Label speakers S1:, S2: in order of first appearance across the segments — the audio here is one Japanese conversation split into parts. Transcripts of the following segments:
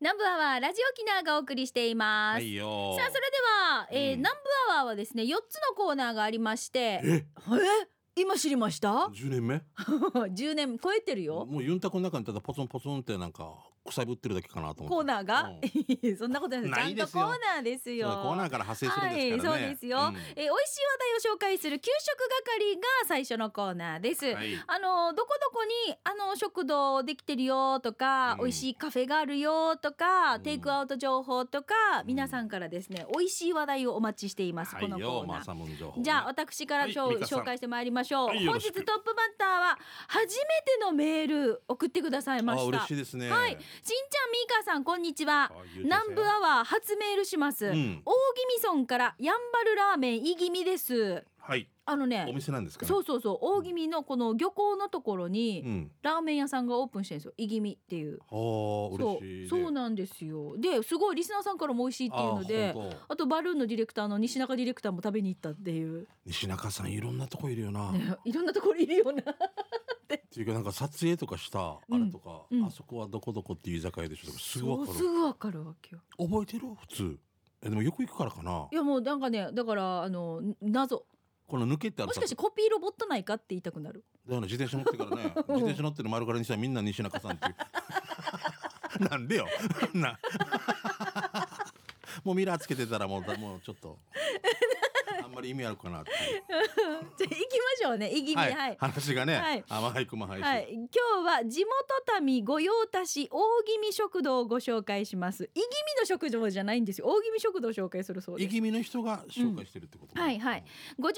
S1: 南部アワーラジオキナーがお送りしています、
S2: はいよ
S1: さあそれでは、えー
S2: うん
S1: 南部アワーはですね4つのコーナーがありましてえ
S2: え
S1: 今知りました
S2: 10年目
S1: 10年超えてるよ
S2: もうユンタクの中にただポツンポツンってなんかくさぶってるだけかなと思って
S1: コーナーが、
S2: う ん
S1: そんなことないです
S2: な
S1: ちゃ
S2: いで
S1: んと
S2: す
S1: コ
S2: よ
S1: ーナーですよ
S2: そうだコーナーから派生するんですからね、
S1: はいそうですよえー、美味しい話題を紹介する給食係が最初のコーナーです、
S2: うんはい
S1: あのどこどこにあの食堂できてるよとか、
S2: うん
S1: 美味しいカフェがあるよとか、
S2: うん
S1: テイクアウト情報とか、
S2: ん
S1: 皆さんからですね美味しい話題をお待ちしています、
S2: はい
S1: このコ
S2: よ
S1: ー
S2: ま
S1: ナ
S2: あ
S1: ー。
S2: サムの情報
S1: じゃあ私から、
S2: はい
S1: しょう
S2: 美香さん
S1: 紹介してまいりましょう、
S2: はいよ
S1: 本
S2: ろ
S1: 日
S2: し
S1: ト
S2: く
S1: ップバッターは初めてのメール送ってくださいま
S2: あ
S1: した
S2: 嬉しいですね
S1: はいしんちゃんみーかさんこんにちは
S2: あゆうちゃん
S1: 南部アワー初メールします、
S2: うん
S1: 大宜味村からやんばるラーメンいぎみです
S2: はい
S1: あの
S2: お
S1: ね
S2: 店なんですかね
S1: そうそうそう大宜味のこの漁港のところに、
S2: うん
S1: ラーメン屋さんがオープンしてるんですよいぎみっていう
S2: あー
S1: そ
S2: 嬉しい、
S1: う
S2: ね、
S1: そう
S2: っ
S1: なんですよですごいリスナーさんからも美味していっていうのであとバルーンのディレクターの西中ディレクターも食べに行ったっていう、
S2: 西中さんいろんなとこいるよな、
S1: ね いろんなところいるような
S2: っていうかなんか撮影とかしたあれとか、
S1: うんうん
S2: あそこはどこどこっていう居酒屋でしょとかすぐ
S1: そ
S2: わ
S1: う
S2: か
S1: す
S2: る
S1: ぐわかるわけよ
S2: 覚えてる普通えでもよく行くからかない
S1: やもうなんかねだからあの謎
S2: この抜けってある
S1: もしかしてコピーロボットないかって言いたくな る
S2: だから自転車乗ってか らね自転車乗ってる丸からにしたらみんな西中さんっていう なんでよなもうミラーつけてたらもうだもうちょっ とあんまり意味あるかなっていう
S1: じゃあ行きましょうねいぎみはい、はい
S2: 話がね、
S1: はい
S2: あまはいくまはいし、
S1: 今日は地元民御用達大宜味食堂をご紹介します。いぎみの食堂じゃないんですよ。大宜味食堂を紹介するそうです
S2: い。きみの人が紹介してるってこと、
S1: はいはい、58号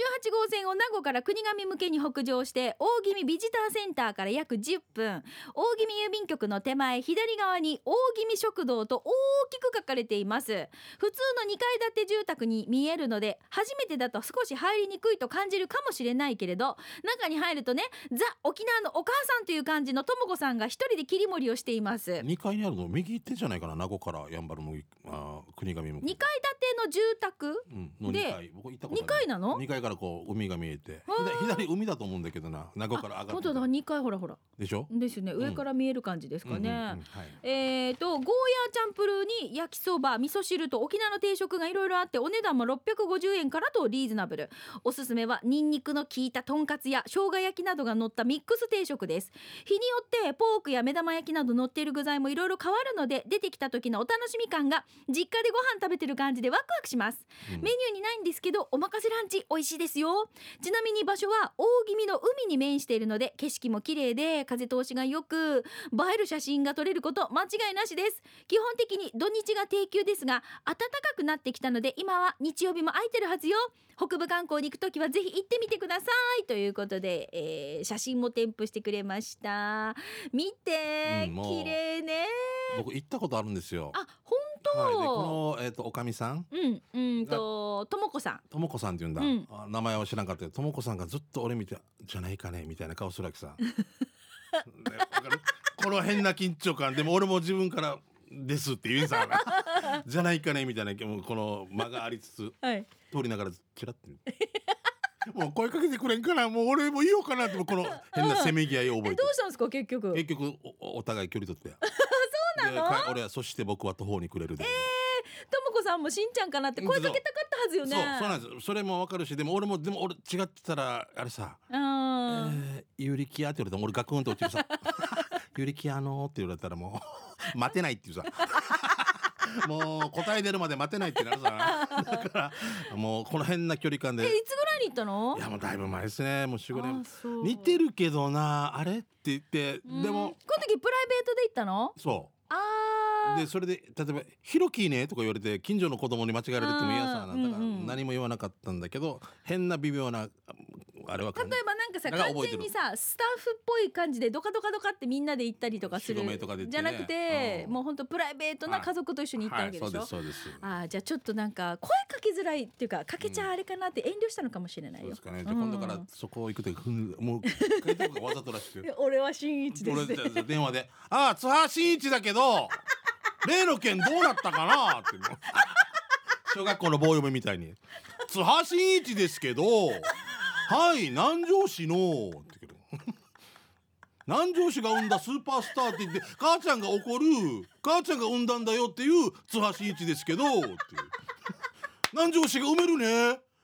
S1: 線を名護から国頭向けに北上して大宜味ビジターセンターから約10分大宜味郵便局の手前左側に大宜味食堂と大きく書かれています普通の2階建て住宅に見えるので初めてだと少し入りにくいと感じるかもしれないけれど中に入るとねザ沖縄のお母さんという感じのとも子さんが一人で切り盛りをしています
S2: 2階にあるの右手じゃないかな名護からやんばるのあー国神も
S1: 2階建ての住宅
S2: うん、の
S1: で
S2: 2階僕行ったこと
S1: 2階なの
S2: 2階からこう海が見えて
S1: わー
S2: 左海だと思うんだけどな名護から上が
S1: 本
S2: って
S1: 当だ
S2: た
S1: 2階ほらほら
S2: でしょ
S1: ですよね上から見える感じですかね、
S2: うんうんうんはい
S1: えー、とゴーヤーチャンプルーに焼きそば味噌汁と沖縄の定食がいろいろあってお値段も650円からとリーズナブルおすすめはニンニクの効いたとんかつや生姜焼きなどが乗ったミックス定食です日によってポークや目玉焼きなど乗っている具材もいろいろ変わるので出てきた時のお楽しみ感が実家でご飯食べてる感じでワクワクします
S2: うん
S1: メニューにないんですけどおまかせランチ美味しいですよちなみに場所は大宜味の海に面しているので景色も綺麗で風通しがよく映える写真が撮れること間違いなしです基本的に土日が定休ですが暖かくなってきたので今は日曜日も空いてるはずよ北部観光に行くときはぜひ行ってみてくださいということで、えー写真も添付してくれました見て、
S2: うんもう
S1: 綺麗ね
S2: 僕行ったことあるんですよ。
S1: あ本当、
S2: はい、でこの、えっとおかみさん
S1: うんうんとともこさん
S2: ともこさんって言うんだ、
S1: うん
S2: あ名前は知らんかったけどともこさんがずっと俺見て「じゃないかね」みたいな顔する わけさ。ねわかるこの変な緊張感でも俺も自分から「です」って言うさ 「じゃないかね」みたいなもうこの間がありつつ
S1: はい
S2: 通りながらチラッて見 て。もう声かけてくれんからもう俺もいようかなってもうこの変なせめぎ合いを覚
S1: え
S2: え
S1: ど
S2: て
S1: うしたんですか結局
S2: 結局おお互い距離取って
S1: そうなの
S2: でか俺は「そして僕は途方に暮れるで」
S1: ともこさんもしんちゃんかなって声かけたかったはずよね。
S2: そうそうなんですよそれもわかるしでも俺もでも俺違ってたらあれさ
S1: う
S2: 「え
S1: ん
S2: ー、ユリキア」って言われたら俺ガクンと落ちるさ 「ユリキアの」って言われたらもう 待てないっていうさもう答え出るまで待てないってなるさだからもうこの変な距離感
S1: え
S2: で
S1: いつぐらいに行ったの
S2: いやもうだいぶ前ですねもう45年似
S1: る
S2: てるけどなあれって言ってでも
S1: この時プライベートで行ったの
S2: そ
S1: あー
S2: うでそれで例えば「ヒロキーね」とか言われて近所の子供に間違えられても嫌
S1: あ
S2: さ
S1: ー
S2: なんだから
S1: うんうん
S2: 何も言わなかったんだけど変な微妙なああれは
S1: 例えばなんかさ
S2: だか
S1: 完
S2: ら覚えて
S1: 全
S2: る
S1: にさスタッフっぽい感じでドカドカドカってみんなで行ったりとかする
S2: 45名とかで行って
S1: じゃ
S2: ね
S1: なくて、
S2: うん
S1: もう本当プライベートな家族と一緒に行ったわけでしょ、
S2: はい、そうですそうです。
S1: あーじゃあちょっとなんか声かけづらいっていうかかけちゃあれかなって遠慮したのかもしれない
S2: そう
S1: よ
S2: です。かね。じゃあ今度からそこ行くとき、ふんもう書いた方がわざとらしく
S1: うん。俺は新一です、
S2: 俺じゃあ電話で、ああ津波真一だけど例の件どうなったかなってもう小学校の棒読みみたいに津波真一ですけど、はい南城市のって言うけど南城市が生んだスーパースターって言って母ちゃんが怒る母ちゃんが生んだんだよっていう津橋一ですけどっていう南城市が埋めるね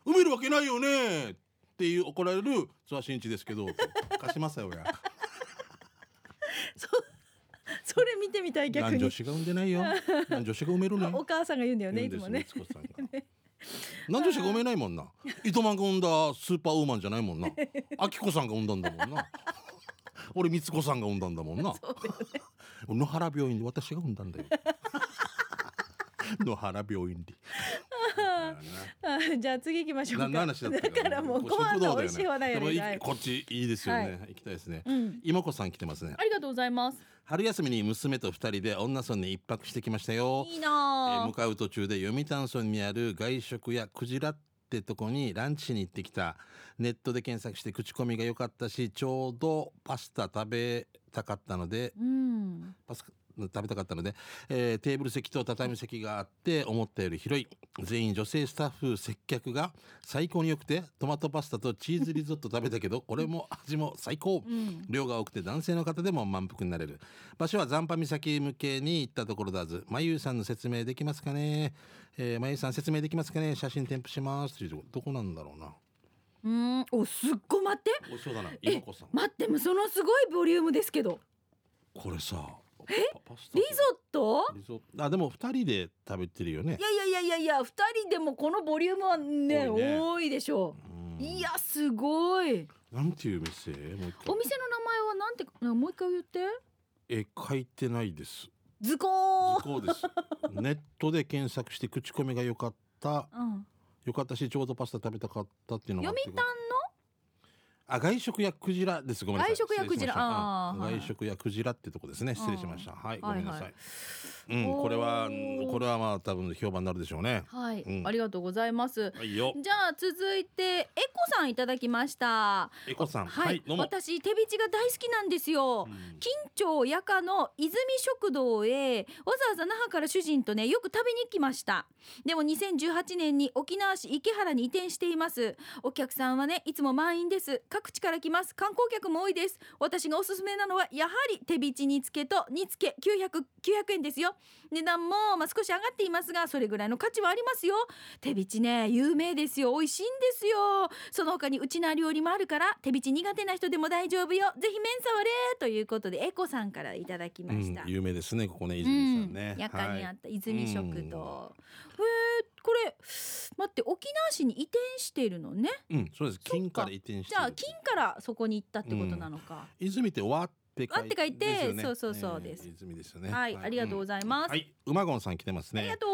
S2: 埋めるわけないよねっていう怒られる津橋一ですけど貸しますよ親
S1: そ それ見てみたい逆
S2: 南
S1: に
S2: 城市が産んでな いよ南城市が埋めるね
S1: お母さんが言うんだよね
S2: 言う
S1: い
S2: ん
S1: つも
S2: で す
S1: ね
S2: ねつこさんが南城市が産めないもんな糸満が産んだスーパーウーマンじゃないもんなあきこさんが産んだんだ もんな俺光子さんが産んだんだもんな
S1: そうだよね
S2: 野原病院で私が産んだんだよ野原病院で
S1: あー じゃあ次行きましょうか
S2: 何の話だった
S1: だからもうご飯の美味しい話題
S2: で
S1: や
S2: も
S1: ね
S2: い
S1: はい
S2: こっちいいですよね、行きたいですね
S1: うん
S2: 今子さん来てますね
S1: ありがとうございます
S2: 春休みに娘と二人で女村に一泊してきましたよ
S1: いい
S2: えー
S1: な
S2: 向かう途中で読谷村にある外食やクジラってとこにランチに行ってきたネットで検索して口コミが良かったしちょうどパスタ食べたかったので
S1: うん
S2: パス食べたかったので、えーテーブル席と畳席があって思ったより広い全員女性スタッフ接客が最高に良くてトマトパスタとチーズリゾット食べたけどこれも味も最高
S1: うん
S2: 量が多くて男性の方でも満腹になれる場所は残波岬向けに行ったところだずまゆうさんの説明できますかね、えー、まゆうさん説明できますかね写真添付しますというとこどこなんだろうな
S1: うんおすっごい待って
S2: 美味しそうだな
S1: え
S2: 今子さん
S1: 待ってもうそのすごいボリュームですけど
S2: これさパパスタと
S1: リゾット
S2: リゾットあでも二人で食べてるよね
S1: いやいやいやいやいや二人でもこのボリュームはね
S2: 多いね
S1: 多いでしょ
S2: うん
S1: ういやすごい
S2: なんていう店もう一
S1: お
S2: 回
S1: 店の名前はなんてなもう一回言って
S2: え書いてないです
S1: 図工
S2: こうですネットで検索して口コミが良かった
S1: うん
S2: 良かったしちょうどパスタ食べたかったっていうのがあっ
S1: 読
S2: て
S1: 谷の
S2: あ外食やクジラですごめんなさい
S1: 外食やクジラ
S2: 失礼しました
S1: あー
S2: うん
S1: はい
S2: 外食やクジラってとこですね失礼しましたはいごめんなさい、
S1: はい
S2: うんこれは
S1: おー
S2: これはまあ多分評判になるでしょうね
S1: はい、
S2: うん
S1: ありがとうございます
S2: はいよ
S1: じゃあ続いてエコさんいただきました
S2: エコさん
S1: はい、
S2: はいどうも
S1: 私手びちが大好きなんですよ、
S2: うん
S1: 近町夜間の泉食堂へわざわざ那覇から主人とねよく食べに来ましたでも2018年に沖縄市池原に移転していますお客さんはねいつも満員です各地から来ます観光客も多いです私がおすすめなのはやはり手びち煮付けと煮付け900 900円ですよ値段もまあ少し上がっていますがそれぐらいの価値はありますよ手びちね有名ですよ美味しいんですよその他にうちな料理もあるから手びち苦手な人でも大丈夫よぜひ麺触れということでエコさんからいただきました、
S2: うん有名ですねここね泉さんね、
S1: うん、夜間にあ
S2: は
S1: っ
S2: い
S1: た泉食堂、へえこれ待って沖縄市に移転しているのね
S2: うんそうです金から移転して
S1: じゃあ
S2: る
S1: 金からそこに行ったってことなのか、
S2: 泉ってわって
S1: わって書いて
S2: ですよね
S1: そうそうそう
S2: ね
S1: です
S2: 泉ですよね
S1: はい、ありがとうございます、
S2: うんはい馬ゴンさん来てますね
S1: ありがと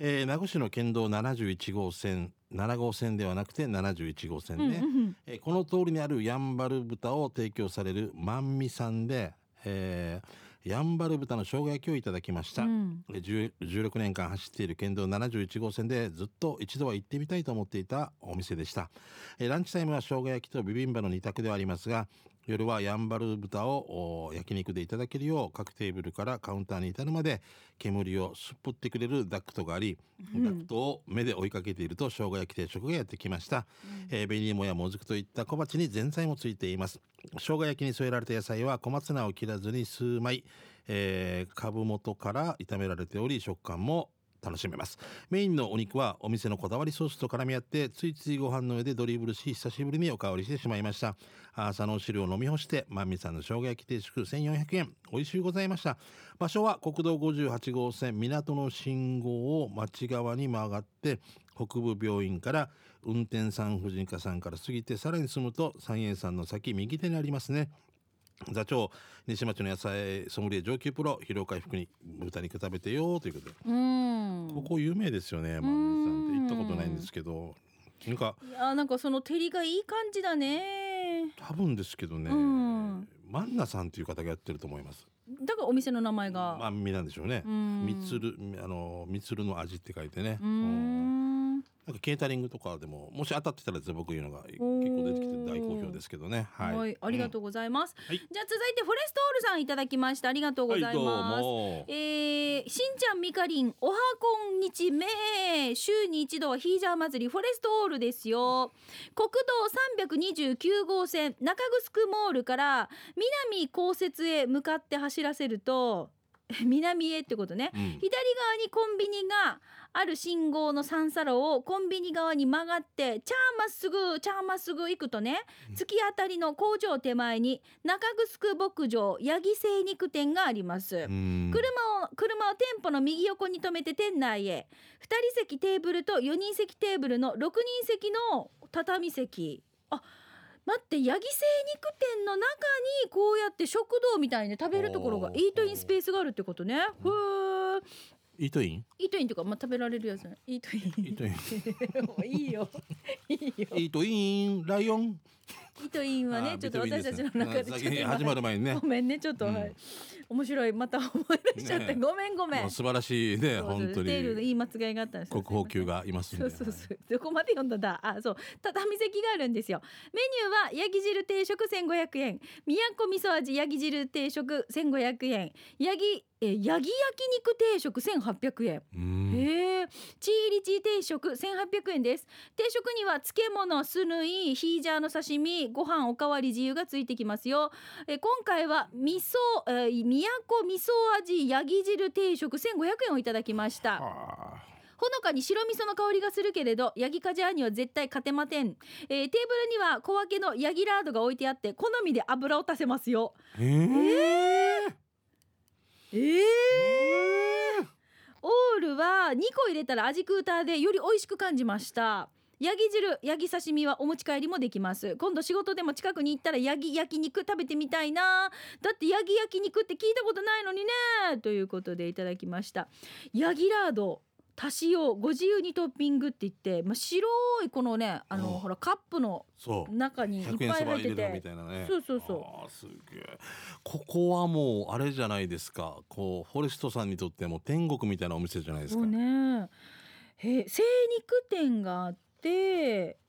S2: えー名護市の県道71号線7号線ではなくて71号線
S1: う、
S2: ね、
S1: うんうんうん
S2: えーこの通りにあるやんばる豚を提供されるまんみさんで、えーやんばる豚の生姜焼きをいただきました、
S1: うん
S2: えー10 16年間走っている県道71号線でずっと一度は行ってみたいと思っていたお店でした、えーランチタイムは生姜焼きとビビンバの2択ではありますが夜はやんばる豚をおー焼肉でいただけるよう各テーブルからカウンターに至るまで煙をすっぽってくれるダクトがあり、
S1: うん
S2: ダクトを目で追いかけていると生姜焼き定食がやってきました、えー、紅芋やもずくといった小鉢に前菜もついています生姜焼きに添えられた野菜は小松菜を切らずに数枚、えー株元から炒められており食感も楽しめますメインのお肉はお店のこだわりソースと絡み合ってついついご飯の上でドリブルし久しぶりにおかわりしてしまいました朝のお汁を飲み干してまんみさんの生姜焼き定食1400円美味しゅうございました場所は国道58号線港の信号を町側に曲がって北部病院から運転産婦人科さんから過ぎてさらに進むと三円さんの先右手にありますね座長西町の野菜ソムリエ上級プロ疲労回復に豚肉食べてよということで
S1: うん
S2: ここ有名ですよねまんみさんって行ったことないんですけどなんか
S1: いやなんかその照りがいい感じだね
S2: 多分ですけどね
S1: うん
S2: マンナさんという方がやってると思います
S1: だからお店の名前が、
S2: まんみなんでしょうね
S1: うん
S2: みつるあのみつるの味って書いてね
S1: うーん
S2: なんかケータリングとかでももし当たってたら全部言うのが結
S1: おー
S2: 構出てきて大好評ですけどねは、
S1: はいい、ありがとう
S2: う
S1: ございます、
S2: はい
S1: じゃあ続いてフォレストオールさんいただきましたありがとうご
S2: ん
S1: ざいます、
S2: はいどうも
S1: えー、しんちゃんみかりんおはこんにちめ週に一度はヒージャー祭りフォレストオールですよ国道329号線中城モールから南高雪へ向かって走らせると南へってことね
S2: うん
S1: 左側にコンビニがある信号の三叉路をコンビニ側に曲がってチャーまっすぐチャーまっすぐ行くとね
S2: うん
S1: 突き当たりの工場手前に中城牧場八木精肉店があります。
S2: うん
S1: 車を車を店舗の右横に止めて店内へ2人席テーブルと4人席テーブルの6人席の畳席あ待って八木精肉店の中にこうやって食堂みたいに食べるところが
S2: おー
S1: イートインスペースがあるってことねふー
S2: イートイン
S1: イートインというか、まあ、食べられるやつねイートイン
S2: イートイン
S1: もういいよいいよ
S2: イートインライオン
S1: イートインは
S2: あ
S1: ね
S2: ー
S1: ちょっと
S2: ビトビ
S1: 私
S2: で
S1: た
S2: す
S1: ち
S2: ね
S1: の中で
S2: あ
S1: ち
S2: 先に
S1: ょっと
S2: 始まる前にね
S1: ごめんねちょっと、
S2: うん
S1: はい面白いまた思い出しちゃって、
S2: ねえ
S1: ごめんごめ
S2: も
S1: ん
S2: う素晴らしい
S1: そう
S2: ね
S1: そう
S2: 本当
S1: ステールの言
S2: に
S1: い間違いがあったんですよ
S2: 国宝級がいますん
S1: そ
S2: で
S1: うそうそうどこまで読んだんだあそう畳席があるんですよメニューはヤギ汁定食1500円宮古味噌味ヤギ汁定食1500円ヤギえーヤギ焼肉定食1800円
S2: うん
S1: へえチーリチー定食1800円です定食には漬物スヌイヒージャーの刺身ご飯おかわり自由がついてきますよえー今回は味噌、えー、宮古味噌味ヤギ汁定食1500円をいただきました
S2: はあ
S1: ほのかに白味噌の香りがするけれどヤギカジャーには絶対勝てません、えーテーブルには小分けのヤギラードが置いてあって好みで油を足せますよ
S2: えー
S1: えー、オールは2個入れたら味クーターでより美味しく感じましたヤギ汁ヤギ刺身はお持ち帰りもできます今度仕事でも近くに行ったらヤギ焼肉食べてみたいなだってヤギ焼肉って聞いたことないのにねということでいただきましたヤギラード足しようご自由にトッピングって言って、まあ、白いこのねあの
S2: うん
S1: ほらカップの
S2: そう
S1: 中にいっ
S2: 100円
S1: ぱい
S2: そば
S1: 入
S2: 入
S1: って
S2: れたみ
S1: て
S2: たいなね
S1: そうそうそう
S2: あーすげえここはもうあれじゃないですかこうフォレストさんにとっても天国みたいなお店じゃないです
S1: そ
S2: か
S1: うねへ精肉店があって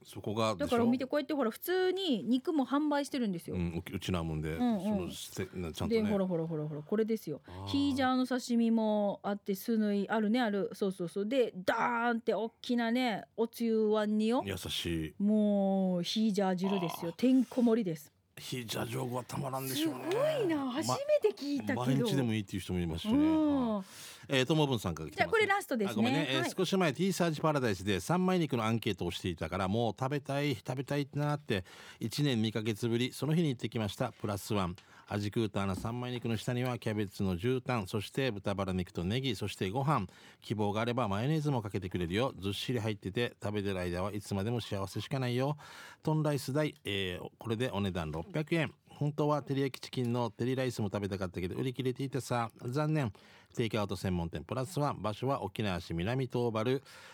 S2: そこがで
S1: だ
S2: し
S1: か
S2: ょ
S1: ら見てこうやってほら普通に肉も販売してるんですよ、
S2: うん、うちなもんで、
S1: んうん
S2: そのしてなちゃんと
S1: で
S2: ね
S1: ほらほらほらほらこれですよ
S2: あー
S1: ヒージャーの刺身もあってスヌイあるねあるそうそうそうでダーンって大きなねおつゆ碗によ
S2: 優しい
S1: もうヒージャー汁ですよてんこ盛りです
S2: ヒージャー上手はたまらんですしょうね
S1: ごいな初めて聞いたけど、
S2: ま毎日でもいいっていう人もいますし
S1: う
S2: ね、
S1: ん
S2: はいえー、ともぶんさんから来て
S1: じゃあ
S2: ます
S1: これラストですね
S2: あごめんね、えー
S1: はい、
S2: 少し前 T サージパラダイスで三枚肉のアンケートをしていたからもう食べたい食べたいってなって1年2ヶ月ぶりその日に行ってきましたプラスワン味クーターな三枚肉の下にはキャベツの絨毯そして豚バラ肉とネギそしてご飯希望があればマヨネーズもかけてくれるよずっしり入ってて食べてる間はいつまでも幸せしかないよトンライス代、えーこれでお値段600円本当は照り焼きチキンの照りライスも食べたかったけど売り切れていてさ残念テイクアウト専門店プラスワン場所は沖縄市南東原、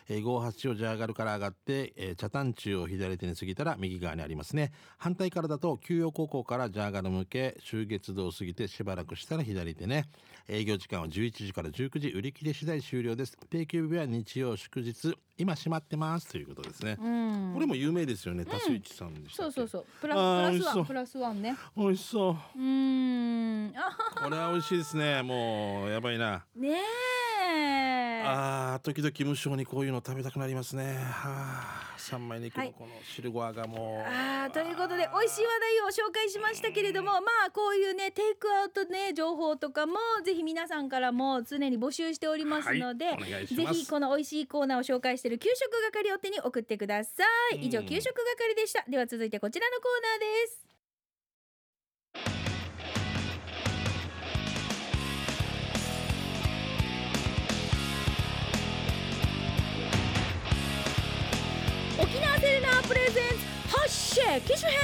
S2: えー、58をジャーガルから上がって、えー、茶炭中を左手に過ぎたら右側にありますね反対からだと休養高校からジャーガル向け終月堂を過ぎてしばらくしたら左手ね営業時間は11時から19時売り切れ次第終了です定休日は日曜祝日今閉まってますということですね、
S1: うん
S2: これも有名ですよね、多数一さんでした
S1: そう
S2: っけ
S1: そうそうプラ
S2: あー
S1: プラス
S2: 美味し
S1: ワ
S2: そう
S1: ンプラスワンね
S2: 美味しそう
S1: うーんあ
S2: これは美味しいですねもうやばいな
S1: ねえ
S2: あー時々無性にこういうの食べたくなりますねはあ三枚肉のこの汁ごわがもう、
S1: あーということで美味しい話題を紹介しましたけれどもまあこういうねテイクアウトね情報とかもぜひ皆さんからも常に募集しておりますので、
S2: はいお願いし
S1: ぜ
S2: ます
S1: ひこの美味しいコーナーを紹介している給食係を手に送ってください、以上
S2: うん
S1: 給食係でしたでは続いてこちらのコーナーです沖縄セルナープレゼンツ発射機種編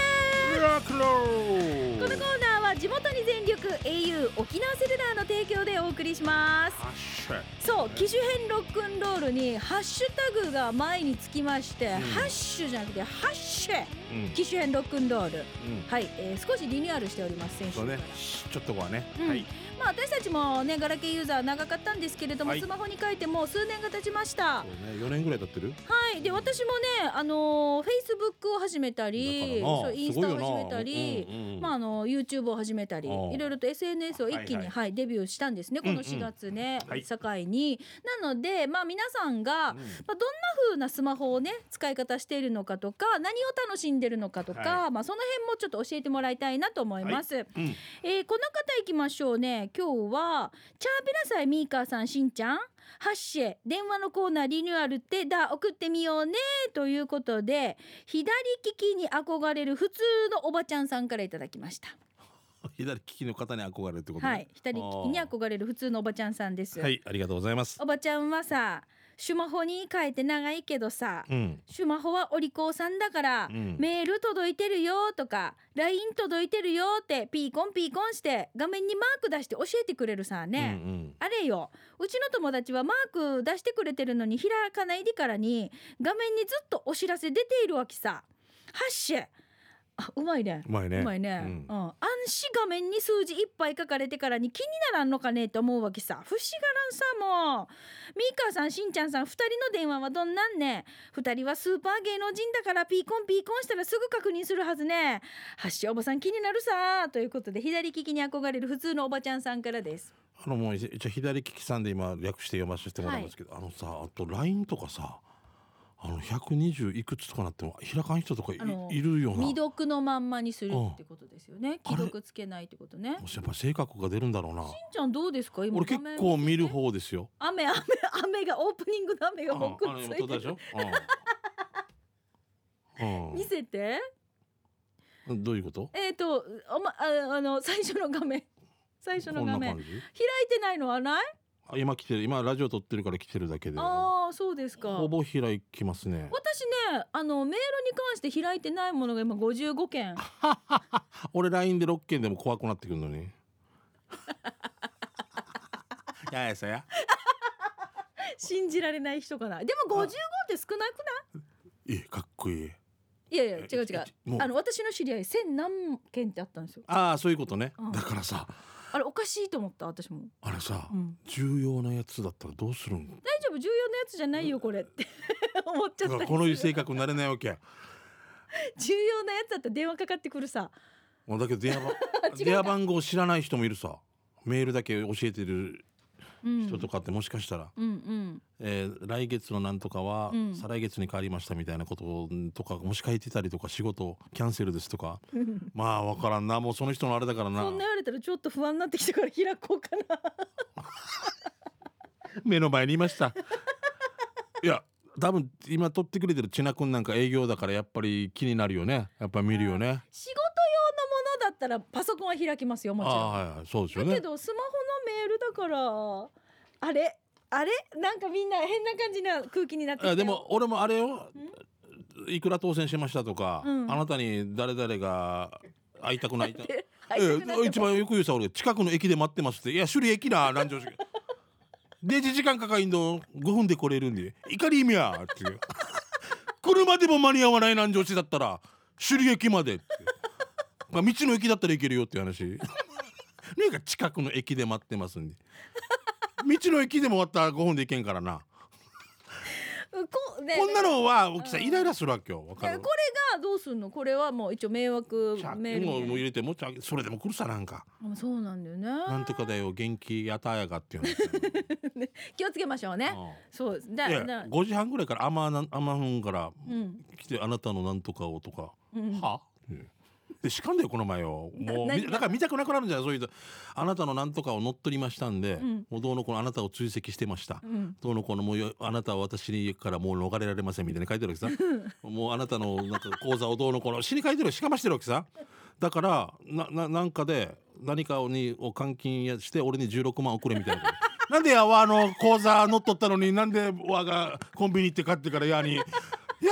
S2: ミラクル
S1: このコーナーは地元に全力 au 沖縄セルラーの提供でお送りします
S2: ハッシュ
S1: そう機種編ロックンロールにハッシュタグが前につきまして、
S2: ん
S1: ハッシュじゃなくてハッシュ
S2: うんうん
S1: 機種変ロックンロールはい、えー少しリニューアルしております先週
S2: そう
S1: から
S2: ねしちょっとはね、
S1: うん
S2: はい
S1: まあ私たちもねガラケーユーザー長かったんですけれども、
S2: はい
S1: スマホに書いてもう数年が経ちました
S2: そうね四年ぐらい経ってる
S1: はいで私もねあのフェイスブックを始めたり
S2: だからな
S1: そうインスタを始めたり、
S2: すごいよなうんうん
S1: まああの YouTube を始めたり
S2: うん
S1: いろいろと SNS を一気に、は
S2: はいいはい
S1: デビューしたんですねこ
S2: うん
S1: の
S2: うん
S1: 4月ね、
S2: はい
S1: 境に。なのでまあ皆さんが、
S2: うん
S1: まあ、どんな風なスマホをね使い方しているのかとか何を楽しんでるのかとか、まあその辺もちょっと教えてもらいたいなと思います。
S2: うん
S1: えーこの方いきましょうね今日はチャーピラサイミーカーさんしんちゃんハッシェ電話のコーナーリニューアルってだ送ってみようねということで左利きに憧れる普通のおばちゃんさんからいただきました
S2: 左利きの方に憧れるってことね
S1: はい左利きに憧れる普通のおばちゃんさんです、
S2: はいありがとうございます
S1: おばちゃんはさスマホに変えて長いけどさ
S2: うん
S1: スマホはお利口さんだから、
S2: うん
S1: メール届いてるよとか LINE 届いてるよってピーコンピーコンして画面にマーク出して教えてくれるさね、
S2: うんうん
S1: あれようちの友達はマーク出してくれてるのに開かないでからに画面にずっとお知らせ出ているわけさハッシュあうまいね
S2: うまいうね
S1: まいね、うん
S2: うん
S1: 暗視画面に数字いっぱい書かれてからに気にならんのかねって思うわけさ不思議がらんさもうミーカーさんしんちゃんさん2人の電話はどんなんね2人はスーパー芸能人だからピーコンピーコンしたらすぐ確認するはずねハッシュおばさん気になるさということで左利きに憧れる普通のおばちゃんさんからです
S2: あのもう一応左利きさんで今略して読ませてもらいますけど、あのさあと LINE とかさあの120いくつとかなっても開かん人とかい
S1: あの
S2: いるよな
S1: 未
S2: も
S1: 読のまんまにするってことですよね
S2: あれ
S1: 既読つけないってことねしん
S2: しやっぱ性格が出るんだろうな
S1: ちゃんどうですか今
S2: 俺結構見る方ですよ
S1: 画面雨雨雨がオープニングの雨
S2: あ
S1: が
S2: あ
S1: 多くっ
S2: の
S1: つ
S2: 今
S1: い
S2: 撮ってたで
S1: る
S2: しょうん
S1: 見せて
S2: うんどういうこと
S1: えっ、とおまああの最初の画面 最初の
S2: こんな
S1: 画面
S2: 感じ
S1: 開いてないのはない
S2: あ今来てる今ラジオ撮ってるから来てるだけで
S1: ああそうですか
S2: ほぼ開きますね
S1: 私ねあのメールに関して開いてないものが今55件
S2: 俺 LINE で6件でも怖くなってくる のにややさや
S1: 信じられない人かなでも55って少なくない
S2: いかっこいい
S1: いいやいや違う違う
S2: もう
S1: あの私の知り合い千何件ってあったんですよ
S2: ああそういうことね、
S1: うん
S2: だからさ
S1: あれおかしいと思った私も、
S2: あれさ、
S1: うん、
S2: 重要なやつだったらどうするん
S1: 大丈夫重要なやつじゃないよこれって 思っちゃ
S2: だ
S1: った
S2: から
S1: り
S2: この
S1: す
S2: 性
S1: る
S2: 格になれないわけ
S1: 重要なやつだったら電話かかってくるさ
S2: もうだけど電 話番
S1: 違う
S2: 電話番号知らない人もいるさメールだけ教えてる
S1: うん
S2: 人とかってもしかしたら、
S1: うんうん
S2: えー来月のなんとかは
S1: うん
S2: 再来月に変わりましたみたいなこととかもし書いてたりとか仕事キャンセルですとかまあわからんなもうその人のあれだからな
S1: そんな言われたらちょっと不安になってきたから開こうかな
S2: 目の前にいました いや多分今撮ってくれてる千奈君なんか営業だからやっぱり気になるよねやっぱ見るよね
S1: 仕事用のものだったらパソコンは開きますよもち
S2: ああ
S1: ろ
S2: はいはいそうですよ
S1: んだけ
S2: ね
S1: どスマホのメールだからあれあれなんかみんな変な感じな空気になってきたよ
S2: あ でも俺もあれよいくら当選しましたとか、
S1: うん
S2: あなたに誰々が会いたくない
S1: だ
S2: た
S1: っ
S2: い
S1: て
S2: え
S1: 会いたくなっても
S2: 一番よく言うさ俺近くの駅で待ってますっていや首里駅な 南城市デジ時間かかいんど5分で来れるんで怒り意味やっていう車でも間に合わない南城市だったら首里駅までってまあ道の駅だったら行けるよっていう話なんか近くの駅で待ってますんで道の駅でも終わったら5分で行けんからな
S1: うんこ,、ね、
S2: こんなのは大きさ
S1: うん
S2: イライラするわけよわ
S1: い
S2: か
S1: や
S2: る
S1: これがどうすんのこれはもう一応迷惑
S2: チャ
S1: メール
S2: もう
S1: みた
S2: 入
S1: い
S2: れてもうチャそれでも来るさなんか
S1: なあそうなんだよね
S2: なんとかだよ元気やたやがっていう の
S1: 気をつけましょうね
S2: うん
S1: そうですだ
S2: い
S1: だ
S2: や5時半ぐらいからアマアマフンから
S1: うん
S2: 来てあなたのなんとかをとか、
S1: うん
S2: はうんでしかんだよこの前よもう
S1: な
S2: み
S1: 何
S2: だから見たくなくなるんじゃないそういう人あなたのなんとかを乗っ取りましたんで、
S1: ん
S2: もうどうのこうのあなたを追跡してました、
S1: うん
S2: どうのこうのもうよあなたは私にからもう逃れられませんみたいに書いてる わけさもうあなたのなんか口座をどうのこうの死に書いてるしかましてるわけさだからなななんかで何かをにを換金やして俺に16万送れみたいななんでやわあの口座乗っ取ったのになんでわがコンビニ行って買ってからやにいや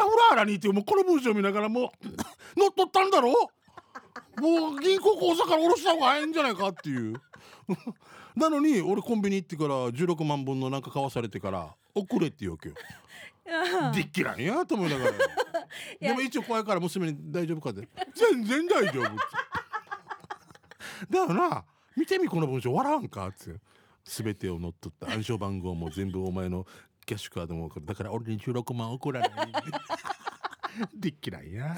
S2: ほらあらにってもうこの文章見ながらもう乗っ取ったんだろもう銀行口座から下ろした方が早いんじゃないかっていうなのに俺コンビニ行ってから16万本のなんか買わされてから送れって言うわけよ
S1: あ
S2: でっきらんやと思い ながらよ
S1: や
S2: でも一応怖いから娘に「大丈夫か?」って「全然大丈夫」って「だよな見てみこの文章笑わんか」って「全てを乗っ取った暗証番号も全部お前のキャッシュカードも送るだから俺に16万送らない」 でっきらんや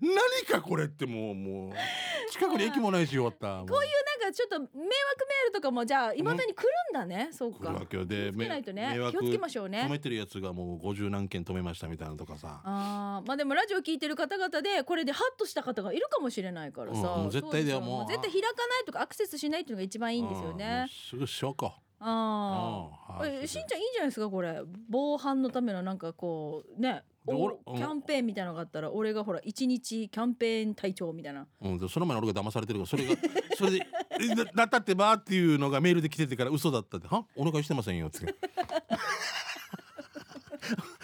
S2: 何かこれってもうもう近くに駅もないし終わったこうい
S1: なんかちょっと迷惑メールとかもじゃあ今だに来るんだね、そう
S2: 来るわ
S1: か
S2: けよ
S1: 気を
S2: で
S1: つけないとね
S2: 迷惑
S1: 気をつけましょう
S2: 止
S1: ね
S2: めてるやつがもう50何件止めましたみたいなのとかさ
S1: あーまあでもラジオ聞いてる方々でこれでハッとした方がいるかもしれないからさ、
S2: うんもう絶対だよ
S1: そうです
S2: もう
S1: 絶対開かないとかアクセスしないっていうのが一番いいんですよ
S2: うんもう
S1: ね
S2: すぐしようか
S1: あ
S2: うん
S1: あ、
S2: はい
S1: えしんちゃんいいんじゃないですかこれ防犯のためのなんかこうね
S2: で
S1: お
S2: 俺うん
S1: キャンペーンみたいなのがあったら俺がほら一日キャンペーン隊長みたいな
S2: うん、でその前に俺が騙されてるからそれが それでえ「だだったってば」っていうのがメールで来ててから嘘だったって「はお願いしてませんよ」って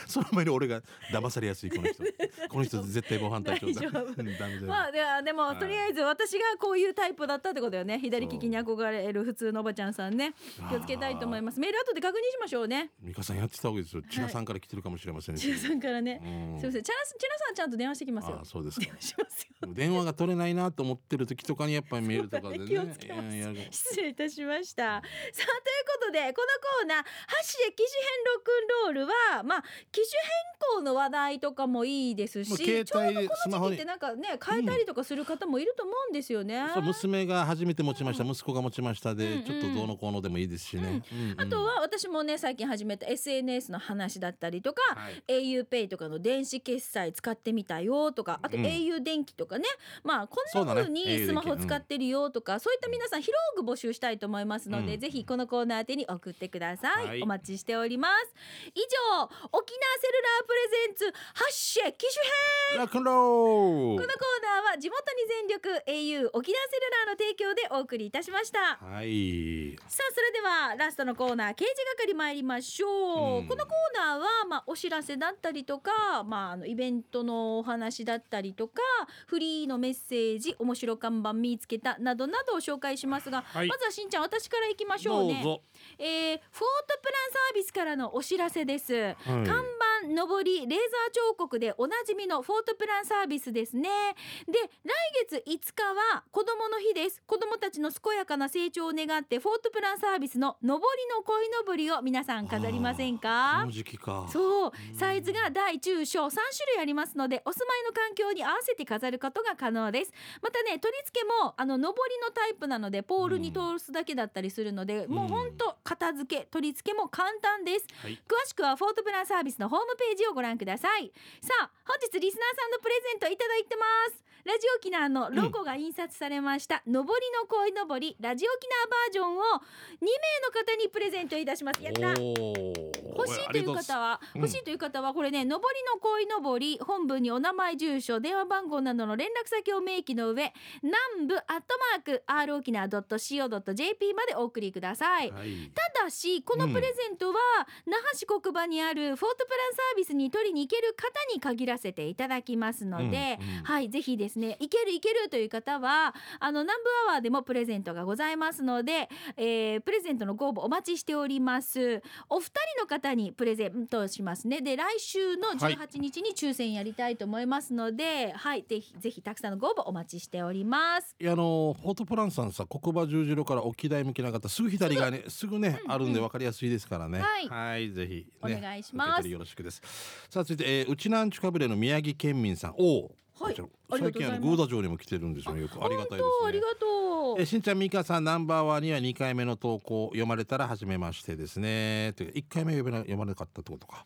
S2: その前に俺が騙されやすいこの人この人絶対防犯対象だ
S1: 大丈夫
S2: うんダメだよ、
S1: まあではでも
S2: はい
S1: とりあえず私がこういうタイプだったってことよね左利きに憧れる普通のおばちゃんさんね気をつけたいと思いますメール後で確認しましょうね
S2: 美香さんやってたわけですよ千奈さんから来てるかもしれませんし、
S1: 千奈さんからね
S2: うん
S1: すいません千奈さん千奈さんちゃんと電話してきますよ
S2: あそうです
S1: 電
S2: か
S1: 話しますよ
S2: 電話が取れないなと思ってる時とかにやっぱりメールとかで ね
S1: そうだね気をつけます
S2: いやいや
S1: 失礼いたしました。さあということでこのコーナー「箸で機種変ロックンロールは」まあ機種変更の話題とかもいいですし
S2: もう
S1: ちょう
S2: 携帯
S1: ど
S2: で
S1: こ
S2: スマ
S1: の
S2: ホ
S1: 時期って
S2: に
S1: なんかね変えたりとかする方もいると思うんですよね。
S2: そう娘が初めて持ちました、息子が持ちましたで、
S1: うんうん
S2: ちょっとどうのこうのでもいいですしね、うんうん
S1: あとは私もね最近始めた SNS の話だったりとか、
S2: はい
S1: auPay とかの電子決済使ってみたよとかあと
S2: うん
S1: au 電気とかね、まあこ
S2: そうん
S1: な
S2: だね
S1: 風に
S2: au
S1: スマホ使ってるよとかそういった皆さん広く募集したいと思いますので、
S2: うん
S1: ぜひこのコーナー宛てに送ってください、
S2: はい
S1: お待ちしております以上沖縄セルラープレゼンツハッシェ機種編
S2: ラクン
S1: このコー
S2: ロー
S1: ナーは地元に全力 au 沖縄セルラーの提供でお送りいたしました
S2: はい。
S1: さあそれではラストのコーナー刑事係参りましょう、
S2: うん
S1: このコーナーはまあお知らせだったりとかまああのイベントのお話だったりとかフリーのメッセージ面白看板見つけたなどなどを紹介しますが、
S2: はい
S1: まずはしんちゃん私からいきましょうね
S2: どうぞ。
S1: えー、フォートプランサービスからのお知らせです
S2: 看
S1: 看板上りレーザー彫刻でおなじみのフォートプランサービスですねで来月5日は子どもの日です子どもたちの健やかな成長を願ってフォートプランサービスの上りの鯉のぼりを皆さん飾りません
S2: こ
S1: か
S2: の時期か。
S1: そうサイズが大中小3種類ありますのでお住まいの環境に合わせて飾ることが可能ですまたね取り付けもあの上りのタイプなのでポールに通すだけだったりするので、もうほんと片付け取り付けも簡単です
S2: はい。
S1: 詳しくはフォートプランサービスのホームページをご覧くださいさあ本日リスナーさんのプレゼントいただいてますラジオ沖縄のロゴが印刷されました、上りの鯉のぼりラジオ沖縄バージョンを2名の方にプレゼントいたしますやった
S2: 欲
S1: 欲しいという方
S2: は。
S1: は、
S2: うん
S1: 欲しいという方はこれね上りの鯉のぼり本文にお名前住所電話番号などの連絡先を明記の上南部アットマーク r 沖縄 .co.jp までお送りください
S2: はい。
S1: ただしこのプレゼントは、那覇市国場にあるフォートプランサービスに取りに行ける方に限らせていただきますので、
S2: うんうん
S1: はいぜひですね行ける行けるという方はあの南部アワーでもプレゼントがございますので、えープレゼントのご応募お待ちしておりますお二人の方にプレゼントしますねで来週の
S2: はい
S1: 18日に抽選やりたいと思いますのではい、ぜひぜひたくさんのご応募お待ちしております
S2: いやあのフォートプランさんさ黒場十字路から沖大向きな方すぐ左側にすぐねあるんで分かりやすいですからね
S1: はい
S2: ぜひね
S1: お願いします
S2: 受け取りよろしくですさあ続いてえーうちなんちゅかぶれの宮城県民さんおお
S1: はい
S2: こちら
S1: ありがとうございま
S2: 最近
S1: す
S2: あのゴーダ城にも来てるんですよねよくありがたいですね
S1: 本当ありがとう
S2: えーしんちゃんみかさんナンバーワンには2回目の投稿読まれたら初めましてですねという1回目読めな読まれなかったってことか、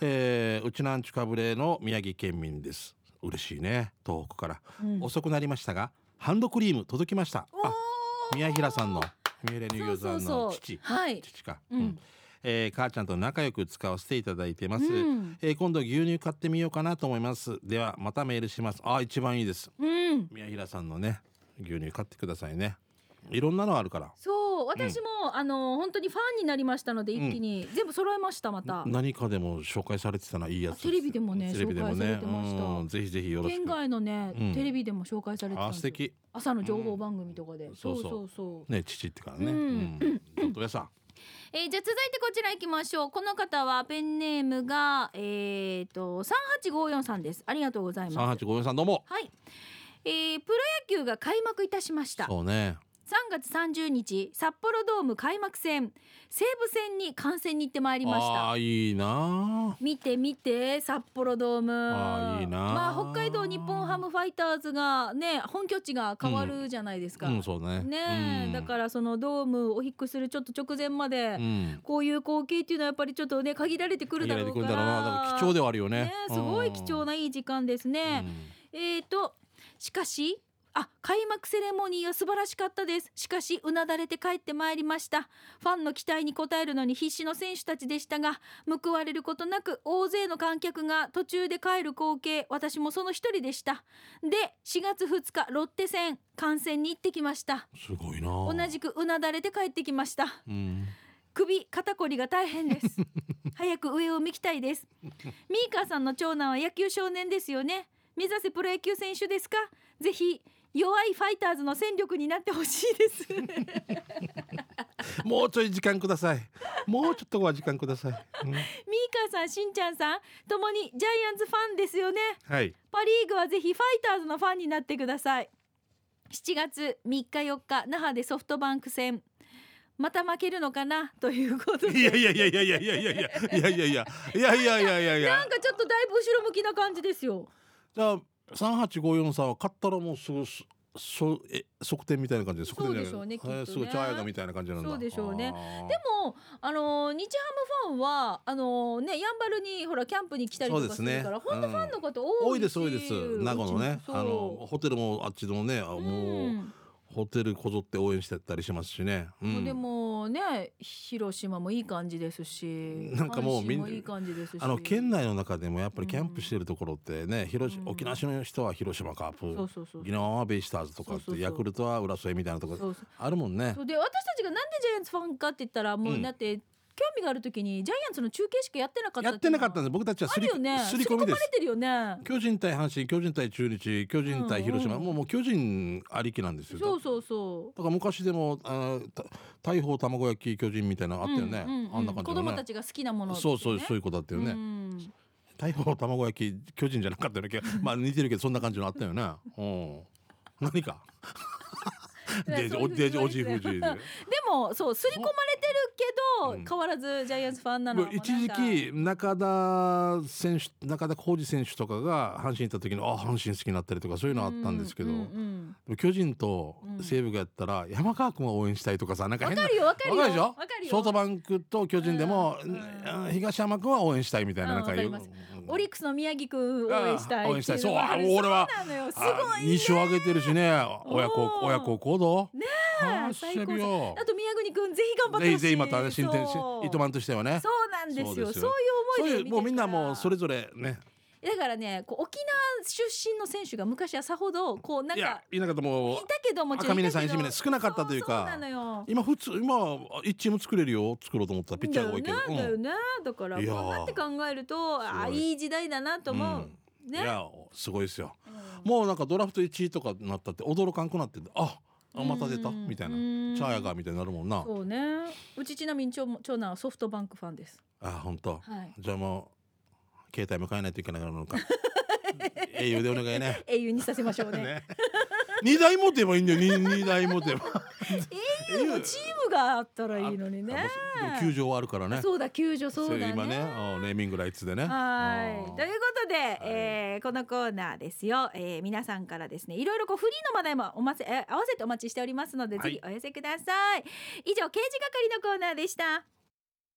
S2: えーうちなんちゅかぶれの宮城県民です嬉しいね東北から、
S1: うん
S2: 遅くなりましたがハンドクリーム届きました
S1: おー
S2: あ宮平さんの宮平乳業さんの父
S1: はい。
S2: 父か、
S1: うん
S2: えー母ちゃんと仲良く使わせていただいてます、
S1: うん
S2: えー今度牛乳買ってみようかなと思いますではまたメールしますあー一番いいです
S1: うん。
S2: 宮平さんのね牛乳買ってくださいねいろんなのあるから
S1: そう私も、あの本当にファンになりましたので一気に、全部揃えましたまた
S2: 何かでも紹介されてたないいやつ
S1: テレビでもね
S2: テレビでもね
S1: 紹介されてました
S2: うんぜひぜひよろし
S1: 県
S2: く
S1: 外のね、
S2: うん
S1: テレビでも紹介されてたん
S2: あ
S1: です
S2: 素
S1: よ
S2: 敵
S1: 朝の情報番組とかで、
S2: うん
S1: そうそう
S2: そ
S1: そうう
S2: ね父ってからね
S1: うん
S2: うんちょっとやさん
S1: えーじゃあ続いてこちら行きましょうこの方はペンネームがえっ、と3854さんですありがとうござい
S2: 三
S1: ます
S2: 八五四さんどうも
S1: はい、えープロ野球が開幕いたしました3
S2: そうね
S1: 月30日札幌ドーム開幕戦西武戦に観戦に行ってまいりました
S2: ああーいいな
S1: 見て見て札幌ドーム
S2: あーいいな
S1: まあ、北海道日本ハムファイターズがね本拠地が変わるじゃないですか、
S2: うんそうね
S1: ねえ、
S2: うん
S1: だからそのドームをお引っ越しするちょっと直前まで、
S2: うん
S1: こういう光景っていうのはやっぱりちょっとね限られてくるだ
S2: 限ら
S1: ろ
S2: れ
S1: うか
S2: てくる
S1: ら
S2: んだろうなだから貴重ではあるよね
S1: ねえすごい貴重ないい時間ですね、
S2: ね
S1: えーとしかしあ開幕セレモニーが素晴らしかったですしかしうなだれて帰ってまいりましたファンの期待に応えるのに必死の選手たちでしたが報われることなく大勢の観客が途中で帰る光景私もその一人でしたで4月2日ロッテ戦観戦に行ってきました
S2: すごいな
S1: 同じくうなだれて帰ってきました
S2: うん
S1: 首肩こりが大変 です早く上を向きたいですミーカーさんの長男は野球少年ですよね目指せプロ野球選手ですかぜひ弱いファイターズの戦力になってほしいです
S2: もうちょい時間くださいもうちょっとは時間くださいうん
S1: ミーカーさんしんちゃんさんともにジャイアンツファンですよね
S2: はい
S1: パ・リーグはぜひファイターズのファンになってください7月3日4日那覇でソフトバンク戦また負けるのかなということで
S2: いやいやいやいやいやいやいやいやいやいやいやいやいやいやいやいや
S1: なんかちょっとだいぶ後ろ向きな感じですよ
S2: じゃあ三八五四さんは買ったらもうすぐすそえ測定みたいな感じで測定じゃ
S1: そう
S2: ない
S1: でしょうね
S2: えー
S1: きっとね
S2: すごいチャーヤがみたいな感じなんだ
S1: そうでしょうね
S2: あー
S1: でもあのー日ハムファンはあのーねヤンバルにほらキャンプに来たりと
S2: そ
S1: か
S2: うですす
S1: る
S2: ね
S1: から、本当ファンの方多
S2: 多
S1: いし
S2: いです多いです名護のね
S1: うちもそう
S2: あのホテルもあっちのねあもう、
S1: うん
S2: ホテルこぞって応援してたりしますしね、う、
S1: もうんでもね広島もいい感じですし
S2: なんかもう
S1: 阪神
S2: みん
S1: いい感じですし
S2: あの県内の中でもやっぱりキャンプ
S1: うん
S2: してるところってね、広し
S1: うん
S2: 沖縄市の人は広島カープ
S1: そうそうそう
S2: 沖縄はベイスターズとかって
S1: そうそうそう
S2: ヤクルトは浦添みたいなとこ
S1: そうそう
S2: あるもんね
S1: そうで私たちがなんでジャイアンツファンかって言ったらもう、
S2: うん
S1: だって興味がある時にジャイアンツの中継しかやってなかった
S2: やってなかった
S1: ん
S2: んです僕たちは
S1: あ
S2: す
S1: る
S2: り,、
S1: よね
S2: すり込
S1: 刷り
S2: みで
S1: 込まれ
S2: す
S1: てるよね
S2: 巨人対阪神巨人対中日巨人対広島、
S1: うんうん
S2: もうもう巨人ありきなんですよ
S1: そうそうそう
S2: だから昔でもあーた大砲卵焼き巨人みたいなのあったよね、
S1: うんうんうん
S2: あんな感じ
S1: 子
S2: の
S1: 供
S2: ね
S1: たちが好きなものってね、
S2: そうそうそういうことだったよね、
S1: うん
S2: 大砲卵焼き巨人じゃなかった よねまあ似てるけどそんな感じのあったよねうん何か
S1: そういうふうに言われて
S2: デジおデジおじいふじいで
S1: でもそう刷り込まれてるけど、
S2: うん
S1: 変わらずジャイアンツファンなの
S2: も
S1: は
S2: う
S1: もう
S2: 一時期中田選手中田浩二選手とかが阪神行った時にあ阪神好きになったりとかそういうのあったんですけど、
S1: ううん
S2: でも巨人と
S1: うん
S2: 西武がやったら山川君が応援したいとかさなんか
S1: わ
S2: 変な
S1: かるよわかるよ
S2: わかるでしょ
S1: わかるよ
S2: ソフトバンクと巨人でも、
S1: うんうん
S2: うん東山君は応援したいみたい
S1: う
S2: な,、
S1: ん
S2: なんかいう
S1: わかりオリックスの宮城君応援したい
S2: あ応援したい
S1: ってうのがある
S2: そうあ俺は
S1: そうなのよすご
S2: あ
S1: いね
S2: 二勝上げてるしね親子
S1: おー
S2: 親子行動
S1: ね
S2: え最
S1: 最高じゃ
S2: よ
S1: あと宮国君ぜひ頑張って
S2: ぜ
S1: ほし
S2: ひ
S1: い
S2: ぜひまたね
S1: そ
S2: 新
S1: う
S2: 天新糸満としてはね
S1: そうなんですよそう
S2: そうですよそ
S1: いうう思いで
S2: いうもうみんなもうそ
S1: れ
S2: れぞれね
S1: だからねこう沖縄出身の選手が昔はさほどこうなん
S2: いや
S1: か
S2: いなかったも
S1: いうたけどもちろ
S2: 赤
S1: んい
S2: 嶺
S1: たけど
S2: さん石嶺少なかったという
S1: そ
S2: か
S1: そうなのよ
S2: 今普通今一チーム作れるよ作ろうと思ったらピッチャーが多いけど
S1: だよねだよねだからこ
S2: いうやー
S1: なって考えるとあ
S2: すごい
S1: いい時代だなと
S2: うん
S1: 思う、
S2: うんい
S1: ね
S2: やすごいですよ
S1: も
S2: もうなんかドラフト1位とかなったって驚かんくなってああまた出たみたいなチャーヤがみたいになるもんな
S1: そうねうちちなみに長長男はソフトバンクファンです
S2: あ本当
S1: はい
S2: じゃあもう携帯も変えないといけないのか 英雄でお願いね
S1: 英雄にさせましょうね
S2: ね二台持てばいいんだよ二二台持てば
S1: 英雄のチームがあったらいいのに
S2: あ
S1: ね
S2: もう球場はあるからね
S1: そうだ救助そ
S2: そうれ
S1: だ
S2: 今ね
S1: ね
S2: あネーミングライツでね
S1: はい。ということで、えーこのコーナーですよ、えー皆さんからですね、いろいろこうフリーの話題もおませ、えー合わせてお待ちしておりますので、
S2: は
S1: ぜ
S2: い
S1: ひお寄せください。以上、刑事係のコーナーでした。